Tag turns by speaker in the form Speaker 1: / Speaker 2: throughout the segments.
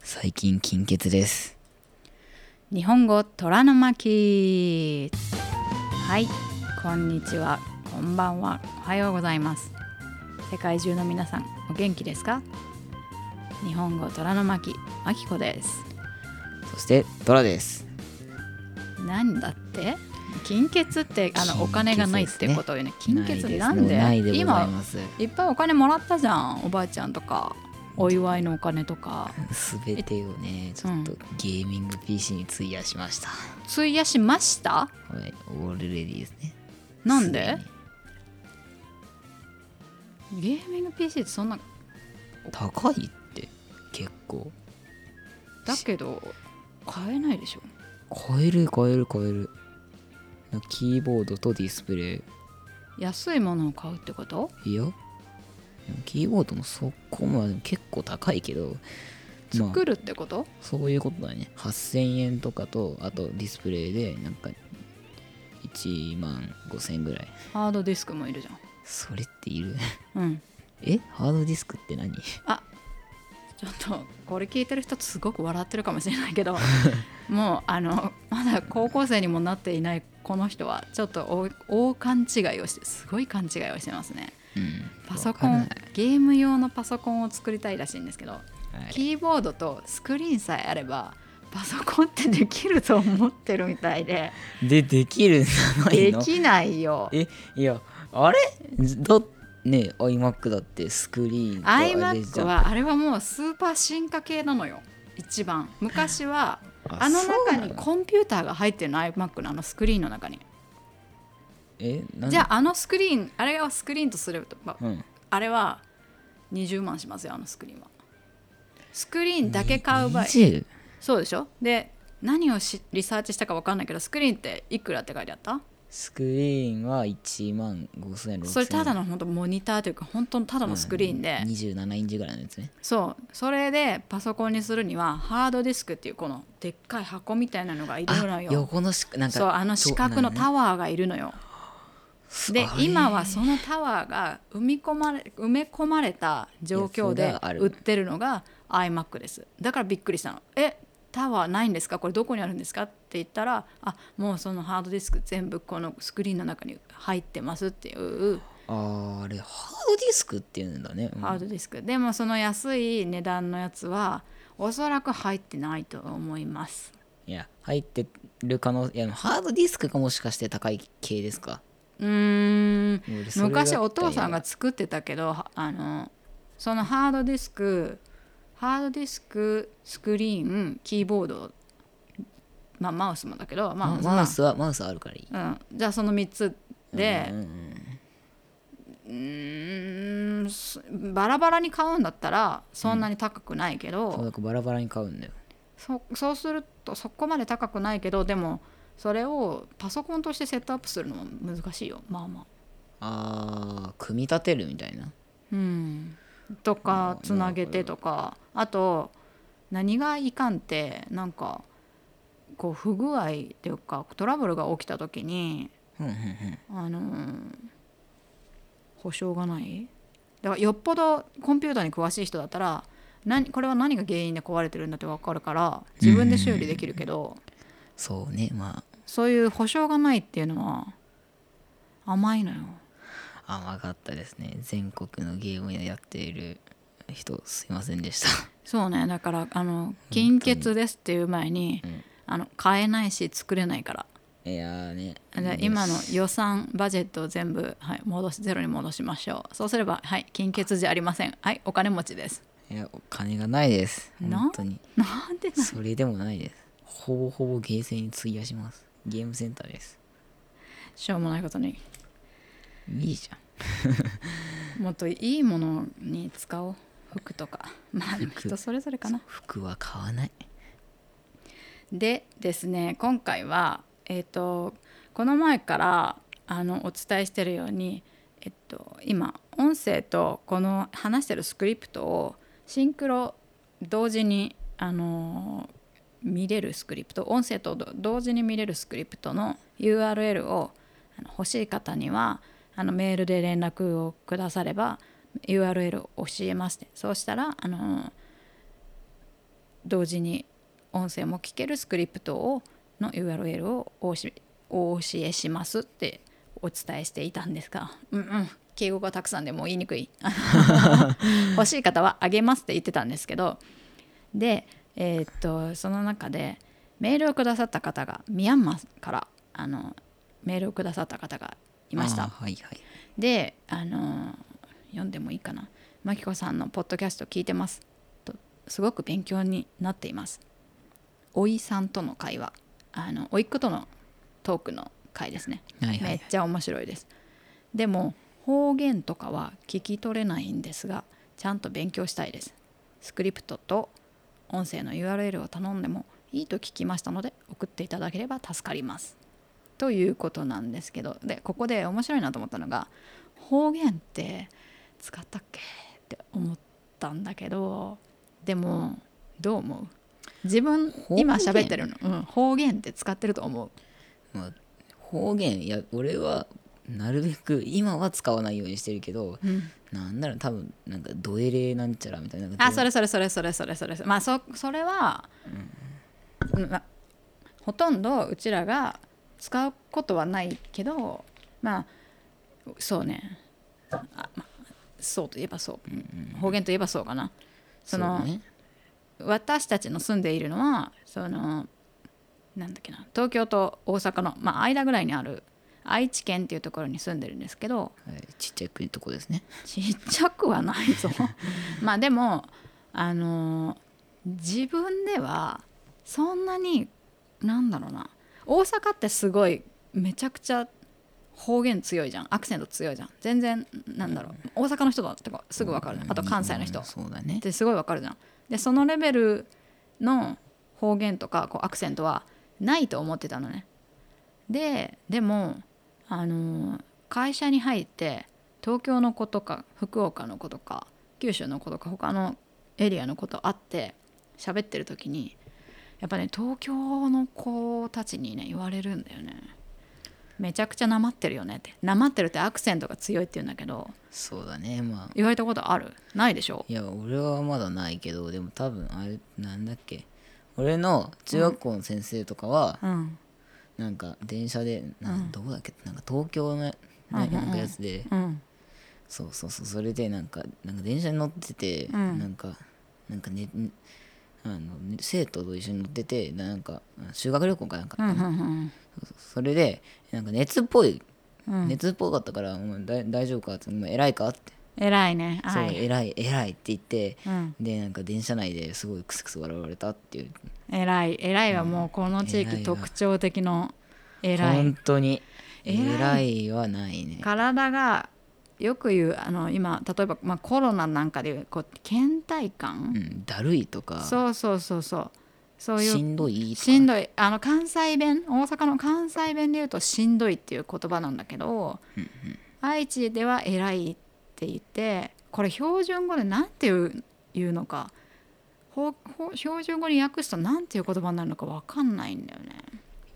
Speaker 1: 最近金欠です
Speaker 2: 日本語虎の巻はいこんにちはこんばんはおはようございます世界中の皆さんお元気ですか日本語虎の巻あきこです
Speaker 1: そしてトラです
Speaker 2: なんだって金欠って
Speaker 1: 金欠
Speaker 2: あ
Speaker 1: ですね
Speaker 2: のお金がないってことよね金欠
Speaker 1: な
Speaker 2: な
Speaker 1: い
Speaker 2: ん
Speaker 1: す
Speaker 2: で
Speaker 1: ないでござい
Speaker 2: 今
Speaker 1: ます
Speaker 2: いっぱいお金もらったじゃんおばあちゃんとかお祝いのお金とか
Speaker 1: すべてをねちょっとゲーミング PC に費やしました、
Speaker 2: 費やしました
Speaker 1: はいオールレディーですね
Speaker 2: なんでゲーミング PC ってそんな
Speaker 1: すでに高いって結構
Speaker 2: だけど買えないでしょ
Speaker 1: 超える超える超えるキーボードとディスプレイ
Speaker 2: 安いものを買うってこと
Speaker 1: いやでもキーボードもそこまで結構高いけどまあ
Speaker 2: 作るってこと、
Speaker 1: そういうことだね8000円とかとあとディスプレイでなんか1万5000円ぐらい
Speaker 2: ハードディスクもいるじゃ
Speaker 1: それっている
Speaker 2: んうん
Speaker 1: えハードディスクって何
Speaker 2: ちょっとこれ聞いてる人すごく笑ってるかもしれな いけどもうあのまだ高校生にもなっていないこの人はちょっと大大勘違いをしてすごい勘違いをしてますね
Speaker 1: うん
Speaker 2: パソ
Speaker 1: わ
Speaker 2: コ
Speaker 1: からな
Speaker 2: ン
Speaker 1: い
Speaker 2: ゲーム用のパソコンを作りたいらしいんですけど、
Speaker 1: はい
Speaker 2: キーボードとスクリーンさえあればパソコンってできると思ってるみたいで
Speaker 1: でできるんじゃ ない
Speaker 2: で
Speaker 1: の
Speaker 2: きないよ
Speaker 1: えいやあれだね iMac だってスクリーンとあれじ
Speaker 2: iMac
Speaker 1: ゃん
Speaker 2: はあれはもうスーパー進化系なのよ一番昔はあの
Speaker 1: そう
Speaker 2: 中
Speaker 1: な
Speaker 2: にコンピューターが入ってるの iMac のあのスクリーンの中に
Speaker 1: えなん
Speaker 2: じゃああのスクリーンあれをスクリーンとすると、まあ
Speaker 1: うん
Speaker 2: あれは20万しますよあのスクリーンはスクリーンだけ買う場合
Speaker 1: 20
Speaker 2: そうでしょで何をしリサーチしたか分かんないけどスクリーンっていくらって書いてあった
Speaker 1: スクリーンは1万5000円
Speaker 2: それただ
Speaker 1: の
Speaker 2: の本当モニターというか本当のただのスクリーンで、
Speaker 1: 27インチぐらいのやつね
Speaker 2: そうそれでパソコンにするにはハードディスクっていうこのでっかい箱みたいなのがいるの
Speaker 1: あ
Speaker 2: よ
Speaker 1: 横のしなんか
Speaker 2: そうあの
Speaker 1: そう
Speaker 2: 四角の
Speaker 1: なんかね
Speaker 2: タワーがいるのよで
Speaker 1: あれ
Speaker 2: 今はそのタワーが埋め込まれ埋め込まれた状況
Speaker 1: やつ
Speaker 2: で
Speaker 1: がある
Speaker 2: 売ってるのが iMac ですだからびっくりしたのえタワーないんですかこれどこにあるんですかって言ったらあもうそのハードディスク全部このスクリーンの中に入ってますっていう
Speaker 1: あーあれハードディスクっていうんだね、うん
Speaker 2: ハードディスク、でもその安い値段のやつはおそらく入ってないと思います
Speaker 1: いや入ってる可能いやハードディスクがもしかして高い系ですか
Speaker 2: うーん
Speaker 1: 俺それだった
Speaker 2: 昔
Speaker 1: ら
Speaker 2: お父さんが作ってたけどはあのそのハードディスクハードディスクスクリーンキーボードまあマウスもだけどまあ
Speaker 1: まあマウスはマウスはあるからいい
Speaker 2: うん、じゃあその3つで
Speaker 1: うんうんうん
Speaker 2: うーんすバラバラに買うんだったらそんなに高くないけど、
Speaker 1: そうだからバラバラに買うんだよ
Speaker 2: そそうするとそこまで高くないけどでもそれをパソコンとしてセットアップするのも難しいよまあまあ。
Speaker 1: あー組み立てるみたいな
Speaker 2: うん、とか
Speaker 1: うん
Speaker 2: つなげてとかあと何がいかんってなんかこう不具合っていうかトラブルが起きた時に、
Speaker 1: うんうんうん
Speaker 2: あのー保証がないだからよっぽどコンピューターに詳しい人だったら何これは何が原因で壊れてるんだって分かるから自分で修理できるけど。
Speaker 1: そうねま
Speaker 2: そういう保証がないっていうのは甘いのよ
Speaker 1: あ甘かったですね全国のゲームやっている人すいませんでした
Speaker 2: そうねだからあの金欠ですっていう前に、
Speaker 1: うん
Speaker 2: あの買えないし作れないから
Speaker 1: いやーね
Speaker 2: で今の予算バジェットを全部、はい、戻しゼロに戻しましょうそうすればはい金欠じゃありませんはいお金持ちです
Speaker 1: いやお金がないです
Speaker 2: な
Speaker 1: 本当に
Speaker 2: なん でな
Speaker 1: それでもないです。ほぼほぼゲーセンに費やします。ゲームセンターです。
Speaker 2: しょうもないことに
Speaker 1: いいじゃん。
Speaker 2: もっといいものに使おう服とかまあでも
Speaker 1: 服
Speaker 2: 人それぞれかな
Speaker 1: 服は買わない。
Speaker 2: でですね今回はえっ、とこの前からあのお伝えしてるように、えっと、今音声とこの話してるスクリプトをシンクロ同時にあの見れるスクリプト音声とど同時に見れるスクリプトの URL をあの欲しい方にはあのメールで連絡をくだされば URL を教えますねそうしたらあの同時に音声も聞けるスクリプトをの URL をお教えお教えしますってお伝えしていたんですがうんうん敬語がたくさんでもう言いにくい欲しい方はあげますって言ってたんですけどで、えーっとその中でメールをくださった方がミャンマーからあのメールをくださった方がいまし
Speaker 1: あー
Speaker 2: た。
Speaker 1: はいはい
Speaker 2: で、あのー読んでもいいかな「まきこさんのポッドキャスト聞いてます」とすごく勉強になっています。おいさんとの会話あのおいっ子とのトークの会ですね、
Speaker 1: はいはいは
Speaker 2: め
Speaker 1: い
Speaker 2: っちゃ面白いですでも方言とかは聞き取れないんですがちゃんと勉強したいですスクリプトと音声の URL を頼んでもいいと聞きましたので送っていただければ助かりますということなんですけどでここで面白いなと思ったのが方言って使ったっけって思ったんだけどでもどう思う自分
Speaker 1: 方言
Speaker 2: 今喋ってるの、うん、方言って使ってると思う
Speaker 1: まあ、方言いや俺はなるべく今は使わないようにしてるけど、なんなら多分なんかドエレなんちゃらみたいななんか
Speaker 2: あそれそれそれそれそれそれまあそそれは、まほとんどうちらが使うことはないけどまあそうねあ、まあ、そうといえばそう、方言といえばそうかなその
Speaker 1: うね
Speaker 2: 私たちの住んでいるのはそのなんだっけな東京と大阪の、まあ、間ぐらいにある愛知県っていうところに住んでるんですけど
Speaker 1: はい、ちっちゃい国とこですね
Speaker 2: ちっちゃくはないぞまあでもあの自分ではそんなになんだろうな大阪ってすごいめちゃくちゃ方言強いじゃんアクセント強いじゃん全然なんだろう大阪の人だとかすぐ分かるじゃんあと関西の人
Speaker 1: うん
Speaker 2: っ
Speaker 1: そうだね
Speaker 2: てすごい分かるじゃんでそのレベルの方言とかこうアクセントはないと思ってたのねででもあのー会社に入って東京の子とか福岡の子とか九州の子とか他のエリアの子と会って喋ってる時にやっぱね東京の子たちにね言われるんだよねめちゃくちゃなまってるよねってなまってるってアクセントが強いって言うんだけど
Speaker 1: そうだねまあ
Speaker 2: 言われたことあるないでしょ
Speaker 1: いや俺はまだないけどでも多分あれなんだっけ俺の中学校の先生とかは、
Speaker 2: うん
Speaker 1: なんか電車でなん、どこだっけなんか東京の、ねなんかやつで、
Speaker 2: うん
Speaker 1: そうそうそうそれでなんかなんか電車に乗ってて、
Speaker 2: ん
Speaker 1: なんかなんかねんあのね生徒と一緒に乗っててなんか修学旅行かなんか、
Speaker 2: うんうん
Speaker 1: それでなんか熱っぽい、
Speaker 2: うん
Speaker 1: 熱っぽかったから「うん、だい大丈夫か?」って「もう偉いか?」って
Speaker 2: 偉い
Speaker 1: 「
Speaker 2: ね
Speaker 1: そう
Speaker 2: はい
Speaker 1: 偉い偉い」って言って、
Speaker 2: うん
Speaker 1: でなんか電車内ですごいクスクス笑われたっていう
Speaker 2: 偉い偉いはもうこの地
Speaker 1: 偉いな
Speaker 2: 域特徴的の偉い
Speaker 1: 本当に
Speaker 2: 偉い
Speaker 1: 偉いはないね
Speaker 2: 体がよく言うあの今例えば、まあ、コロナなんかでいうこう倦怠
Speaker 1: う
Speaker 2: 感、
Speaker 1: んだるいとか
Speaker 2: そうそうそうそうそういう
Speaker 1: しんどいとか
Speaker 2: しんどいあの関西弁大阪の関西弁で言うと「しんどい」っていう言葉なんだけど、愛知では「偉い」って言ってこれ標準語で何て言う言うのかほほ標準語に訳すと何ていう言葉になるのか分かんないんだよね。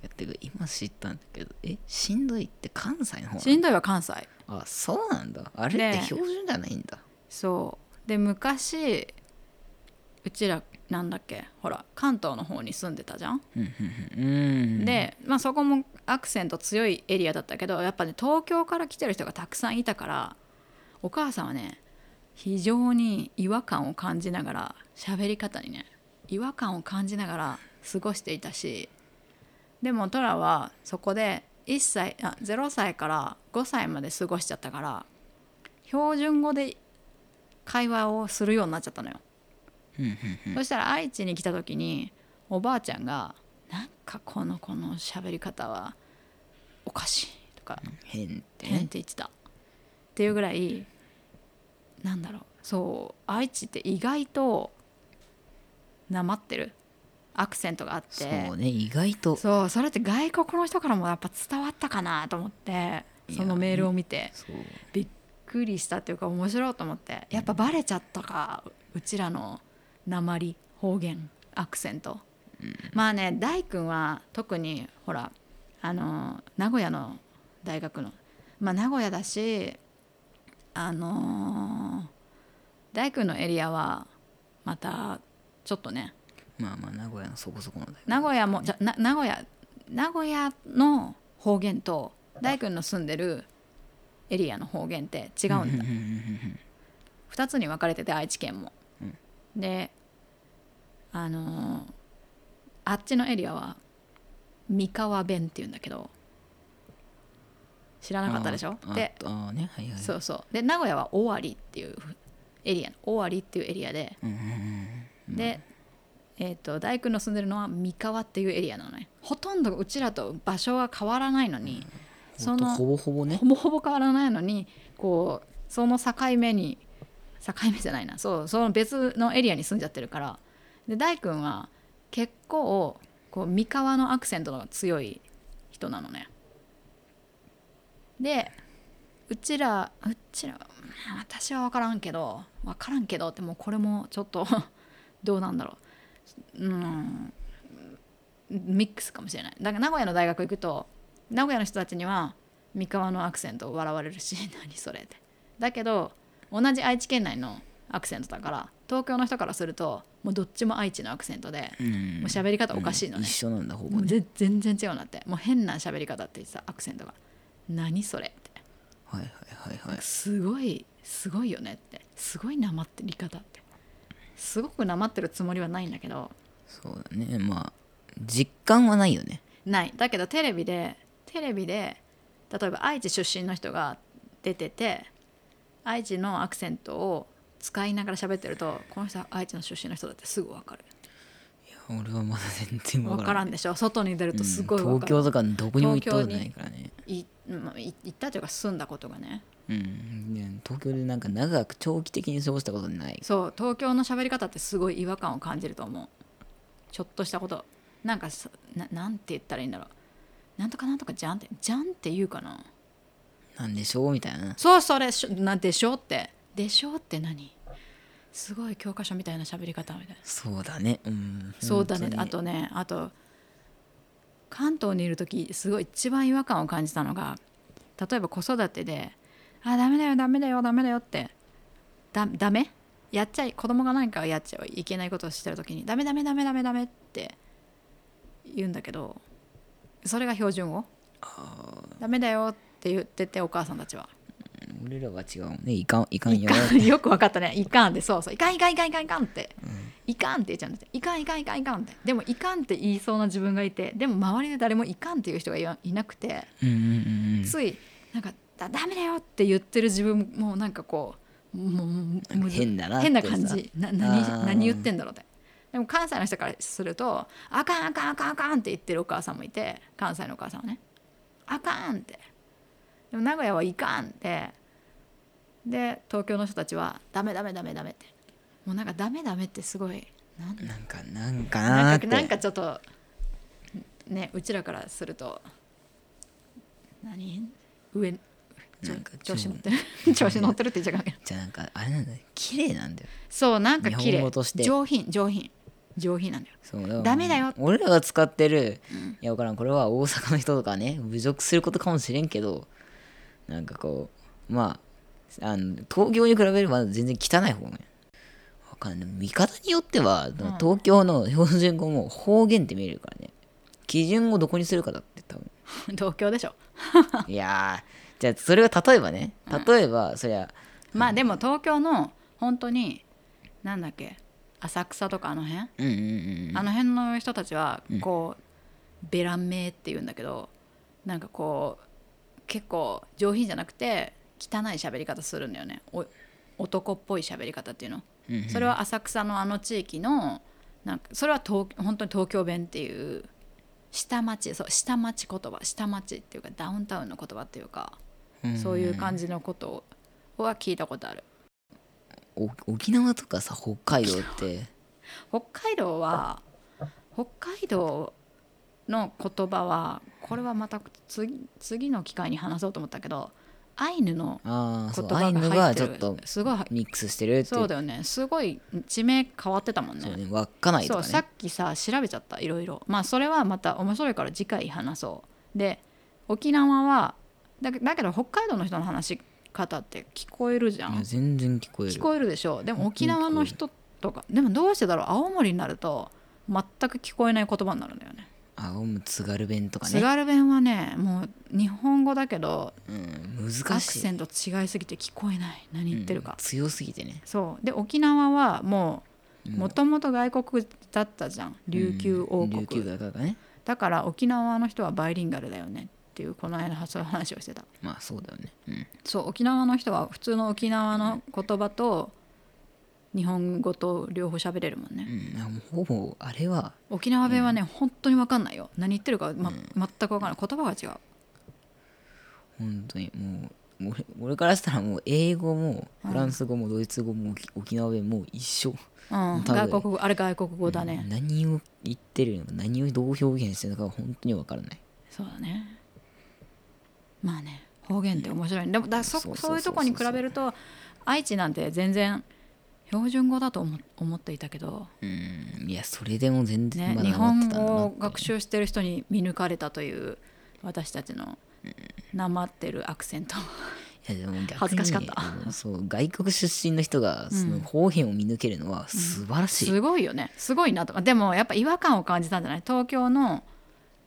Speaker 1: やってか今知ったんだけどえしんどいって関西の方なの
Speaker 2: しんどいは関西
Speaker 1: あそうなんだあれっ
Speaker 2: ね
Speaker 1: て
Speaker 2: え
Speaker 1: 標準じゃないんだ、
Speaker 2: そうで昔うちらなんだっけほら関東の方に住んでたじゃん、
Speaker 1: うんうん
Speaker 2: で、まあ、そこもアクセント強いエリアだったけどやっぱね東京から来てる人がたくさんいたからお母さんはね非常に違和感を感じながら喋り方にね違和感を感じながら過ごしていたしでもトラはそこで1歳あ0歳から5歳まで過ごしちゃったから標準語で会話をするようになっちゃったのよ。そしたら愛知に来た時におばあちゃんが「なんかこの子の喋り方はおかしい」とか
Speaker 1: 変っ
Speaker 2: って変っ
Speaker 1: ね
Speaker 2: て言ってたっていうぐらいなんだろうそう愛知って意外となまってるアクセントがあって
Speaker 1: そうね意外とそ
Speaker 2: そうそれって外国の人からもやっぱ伝わったかなと思ってそのメールを見て
Speaker 1: う
Speaker 2: びっくりしたっていうか面白いと思ってやっぱバレちゃったかうちらの鉛方言アクセント、まあね大君は特にほらあの名古屋の大学のまあ名古屋だしあの大君のエリアはまたちょっとね
Speaker 1: まあまあ名古屋のそこそこの大学
Speaker 2: 名古屋もじゃな名古屋名古屋の方言と大君の住んでるエリアの方言って違うんだ
Speaker 1: うんうんうん
Speaker 2: 2つに分かれてて愛知県も、
Speaker 1: うん
Speaker 2: であのーあっちのエリアは三河弁っていうんだけど知らなかったでしょ
Speaker 1: あー
Speaker 2: で
Speaker 1: ああーねはいはい
Speaker 2: そうそうで名古屋は尾張っていうエリア尾張っていうエリアで、
Speaker 1: うんうんうん
Speaker 2: で、えー、と大工の住んでるのは三河っていうエリアなのねほとんどうちらと場所は変わらないのに、そ
Speaker 1: ほんと
Speaker 2: の
Speaker 1: ほぼほぼね
Speaker 2: ほぼ ほぼ変わらないのにこうその境目に境目じゃないなそうその別のエリアに住んじゃってるからで大君は結構こう三河のアクセントの強い人なのね。でうちらうちらうん私は分からんけど分からんけどってもうこれもちょっと どうなんだろううんミックスかもしれないだから名古屋の大学行くと名古屋の人たちには三河のアクセントを笑われるし 何それってだけど同じ愛知県内のアクセントだから東京の人からするともうどっちも愛知のアクセントで
Speaker 1: うんうん
Speaker 2: もう喋り方おかしいのね
Speaker 1: うん一緒なんだほぼ
Speaker 2: もう
Speaker 1: ね
Speaker 2: ぜ全然違うんだってもう変な喋り方って言ってたアクセントが何それって
Speaker 1: はいはいはいはい
Speaker 2: すごいすごいよねってすごいなまってり方ってすごくなまってるつもりはないんだけど
Speaker 1: そうだねまあ実感はないよね
Speaker 2: ないだけどテレビでテレビで例えば愛知出身の人が出てて愛知のアクセントを使いながら喋ってるとこの人は愛知の出身の人だってすぐ分かる
Speaker 1: いや俺はまだ全然わ
Speaker 2: 分
Speaker 1: から
Speaker 2: から
Speaker 1: ん
Speaker 2: んでしょ外に出るとすごい
Speaker 1: うん
Speaker 2: 分
Speaker 1: 東
Speaker 2: かる、
Speaker 1: 京とかどこにも行ったことないからね
Speaker 2: いまあい行ったというか住んだことがね
Speaker 1: うんいや東京でなんか長く長期的に過ごしたことない
Speaker 2: そう東京の喋り方ってすごい違和感を感じると思うちょっとしたことなんかさななんて言ったらいいんだろうなんとかなんとかじゃんってじゃんって言うかな
Speaker 1: なんでしょうみたいな
Speaker 2: そうそれしょなんでしょってでしょって何すごい教科書みたいな喋り方みたいな
Speaker 1: そうだねうん
Speaker 2: そうだ
Speaker 1: 本
Speaker 2: ね
Speaker 1: 当に
Speaker 2: あとねあと関東にいる時すごい一番違和感を感じたのが例えば子育てで「あダメだよダメだよダメだよ」ってだダメやっちゃい子供が何かやっちゃいけないことをしてる時に「ダメダメダメダメダメ」って言うんだけどそれが標準語
Speaker 1: あ
Speaker 2: ダメだよって言っててお母さんたちは
Speaker 1: ー俺らは違うもんねいかんいかん
Speaker 2: い
Speaker 1: よ
Speaker 2: かんよく分かったね「いかん」ってそうそう「いかんいかんいかんいかんいかん」って「いかん」って言っちゃうんだって「いかんいかんいかんいかん」ってでも「いかん」って言いそうな自分がいてでも周りで誰も「いかん」っていう人がいないなくて
Speaker 1: うんうんうんうん
Speaker 2: ついなんか「だダメだよ」って言ってる自分もなんかこうもうもうむず
Speaker 1: 変だなって
Speaker 2: 変な感じな
Speaker 1: あー
Speaker 2: 何何言ってんだろうってでも関西の人からすると「あかんあかんあかんあかん」って言ってるお母さんもいて関西のお母さんはね「あかん」ってでも名古屋はいかんってで東京の人たちは「ダメダメダメダメ」ってもうなんか「ダメダメ」ってすごいなん
Speaker 1: なんかなんかなー
Speaker 2: な
Speaker 1: っ
Speaker 2: ん
Speaker 1: て
Speaker 2: かなんかちょっとねうちらからすると何上ちょ
Speaker 1: なんか
Speaker 2: 調子乗ってる 調子乗ってるって言っちゃいかんけど
Speaker 1: じゃあなんかあれなんだよ綺麗なんだよ
Speaker 2: そうなんか
Speaker 1: 日
Speaker 2: 綺
Speaker 1: 本
Speaker 2: 麗
Speaker 1: 語として
Speaker 2: 上品上品上品なんだよ
Speaker 1: そうから
Speaker 2: ダメだよ
Speaker 1: 俺らが使ってる、いや分からんこれは大阪の人とかね侮辱することかもしれんけどなんかこうまああの東京に比べれば全然汚い方ね分かんない見方によっては東京の標準語も方言って見えるからね基準をどこにするかだって 多分
Speaker 2: 東京でしょ
Speaker 1: いやーじゃあそれが例えばね例えば、そりゃ
Speaker 2: まあでも東京の本当になんだっけ浅草とかあの辺、
Speaker 1: うんうんうんうん
Speaker 2: あの辺の人たちはこう、ベラメって言うんだけどなんかこう結構上品じゃなくて汚い喋り方するんだよねお男っぽい喋り方っていうの、
Speaker 1: うんうん
Speaker 2: それは浅草のあの地域のなんかそれは東本当に東京弁っていう下町そう下町言葉下町っていうかダウンタウンの言葉っていうか、そういう感じのことは聞いたことある
Speaker 1: お沖縄とかさ北海道 って
Speaker 2: 北海道は北海道の言葉はこれはまた次次の機会に話そうと思ったけどアイヌの
Speaker 1: ああそ
Speaker 2: 言
Speaker 1: うアイ
Speaker 2: 葉
Speaker 1: ヌ
Speaker 2: が
Speaker 1: が
Speaker 2: 入っ
Speaker 1: ち
Speaker 2: て
Speaker 1: ょっ
Speaker 2: る
Speaker 1: と
Speaker 2: すごい
Speaker 1: ミックスしてるってい
Speaker 2: そう
Speaker 1: う
Speaker 2: だよねすごい地名変わってたもんね
Speaker 1: そうね稚内とか
Speaker 2: そう
Speaker 1: ね
Speaker 2: さっきさ調べちゃったいろいろまあそれはまた面白いから次回話そうで沖縄はだけだけど北海道の人の話し方って聞こえるじゃ
Speaker 1: いや
Speaker 2: ん
Speaker 1: 全然聞こえる
Speaker 2: 聞こえるでしょでも沖縄の人とかでもどうしてだろう青森になると全く聞こえない言葉になるんだよね
Speaker 1: あオウム津軽弁とか
Speaker 2: 津
Speaker 1: ね、
Speaker 2: 軽弁はねもう日本語だけど
Speaker 1: うん、
Speaker 2: ア
Speaker 1: 難
Speaker 2: ク
Speaker 1: しい
Speaker 2: セント違いすぎて聞こえない何言ってるか、
Speaker 1: うん強すぎてね
Speaker 2: そうで沖縄はもうもともと外国だったじゃん琉球
Speaker 1: う
Speaker 2: 王
Speaker 1: ん
Speaker 2: 国、
Speaker 1: 琉球だからね
Speaker 2: だから沖縄の人はバイリンガルだよねっていうこの間そういう話をしてた
Speaker 1: まあそうだよねうん
Speaker 2: そう沖縄の人は普通の沖縄の言葉と日本語と両方喋れるもんね、
Speaker 1: うんあもうほぼあれは
Speaker 2: 沖縄弁はね、本当に分かんないよ何言ってるか、ま全く分かんない言葉が違う
Speaker 1: 本当にもう俺俺からしたらもう英語もフランス語もドイツ語も沖沖縄弁も一緒、
Speaker 2: うん、
Speaker 1: 多分
Speaker 2: 外国語あれ外国語だね、
Speaker 1: 何を言ってるのか何をどう表現してるのかが本当にわからない
Speaker 2: そうだねまあね方言って面白いねでもだ
Speaker 1: そ
Speaker 2: そ
Speaker 1: うそうそう
Speaker 2: そういうとこに比べると愛知なんて全然標準語だと思思っていたけど、
Speaker 1: うんいやそれでも全然
Speaker 2: ね
Speaker 1: まだ
Speaker 2: 日
Speaker 1: なっ
Speaker 2: 本
Speaker 1: てたんだ
Speaker 2: 語
Speaker 1: な
Speaker 2: を学習してる人に見抜かれたという私たちのなまってるアクセント
Speaker 1: いやでも逆に
Speaker 2: 恥ずかしかった
Speaker 1: あのそう外国出身の人がその方言を見抜けるのは素晴らしい、
Speaker 2: すごいよねすごいなとでもやっぱ違和感を感じたんじゃない東京の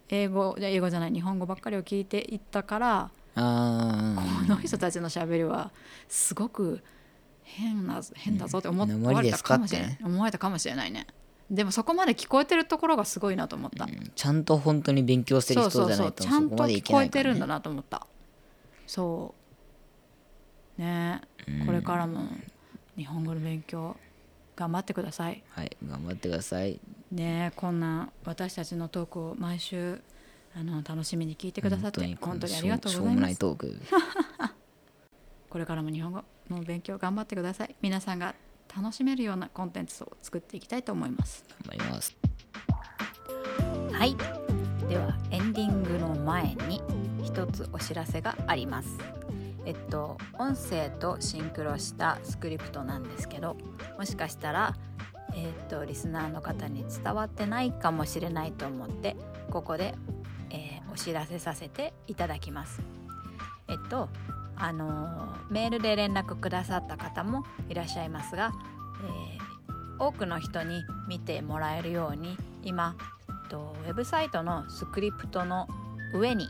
Speaker 2: 英語いや英語じゃない日本語ばっかりを聞いていったから
Speaker 1: ああ
Speaker 2: この人たちのしゃべりはすごく変な変だぞって思っ
Speaker 1: うん
Speaker 2: 思われたかもしれ
Speaker 1: なま
Speaker 2: な
Speaker 1: りで
Speaker 2: い思われたかもしれないねでもそこまで聞こえてるところがすごいなと思った、
Speaker 1: ちゃんと本当に勉強してる
Speaker 2: そうそ
Speaker 1: 人
Speaker 2: う
Speaker 1: じゃな
Speaker 2: そ
Speaker 1: いうと
Speaker 2: ち
Speaker 1: そ
Speaker 2: ゃん
Speaker 1: ことまでい
Speaker 2: 聞
Speaker 1: けな
Speaker 2: こえ
Speaker 1: いか
Speaker 2: て
Speaker 1: ら、
Speaker 2: る
Speaker 1: ね、
Speaker 2: んだなと思ったそうねえこれからも日本語の勉強頑張ってください
Speaker 1: はい頑張ってください
Speaker 2: ねえこんな私たちのトークを毎週あの楽しみに聞いてくださって本当にありがとう
Speaker 1: し
Speaker 2: ござい
Speaker 1: ょうも
Speaker 2: ま
Speaker 1: ない
Speaker 2: す
Speaker 1: トーク
Speaker 2: これからも日本語の勉強頑張ってください皆さんが楽しめるようなコンテンツを作っていきたいと思います
Speaker 1: 頑張ります
Speaker 2: はいではエンディングの前に一つお知らせがありますえっと音声とシンクロしたスクリプトなんですけどもしかしたらえっとリスナーの方に伝わってないかもしれないと思ってここで、えーお知らせさせていただきますえっとあのーメールで連絡くださった方もいらっしゃいますが、えー多くの人に見てもらえるように今えっとウェブサイトのスクリプトの上に、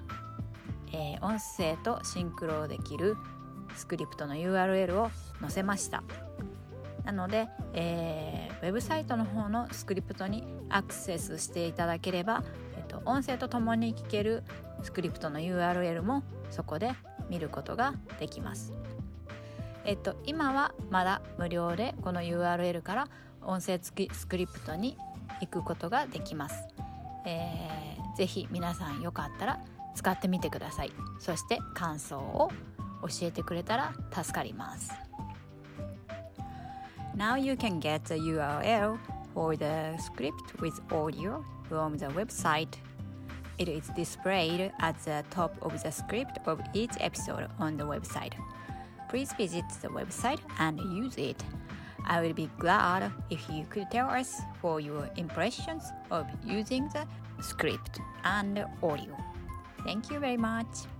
Speaker 2: えー音声とシンクロできるスクリプトの URL を載せましたなので、えーウェブサイトの方のスクリプトにアクセスしていただければ、えっと音声とともに聞けるスクリプトの URL もそこで見ることができます。えっと、今はまだ無料でこの URL から音声付きスクリプトに行くことができます。えーぜひ皆さんよかったら使ってみてください。そして感想を教えてくれたら助かります。Now you can get the URL for the script with audio from the website It is displayed at the top of the script of each episode on the website. Please visit the website and use it. I will be glad if you could tell us for your impressions of using the script and audio. Thank you very much.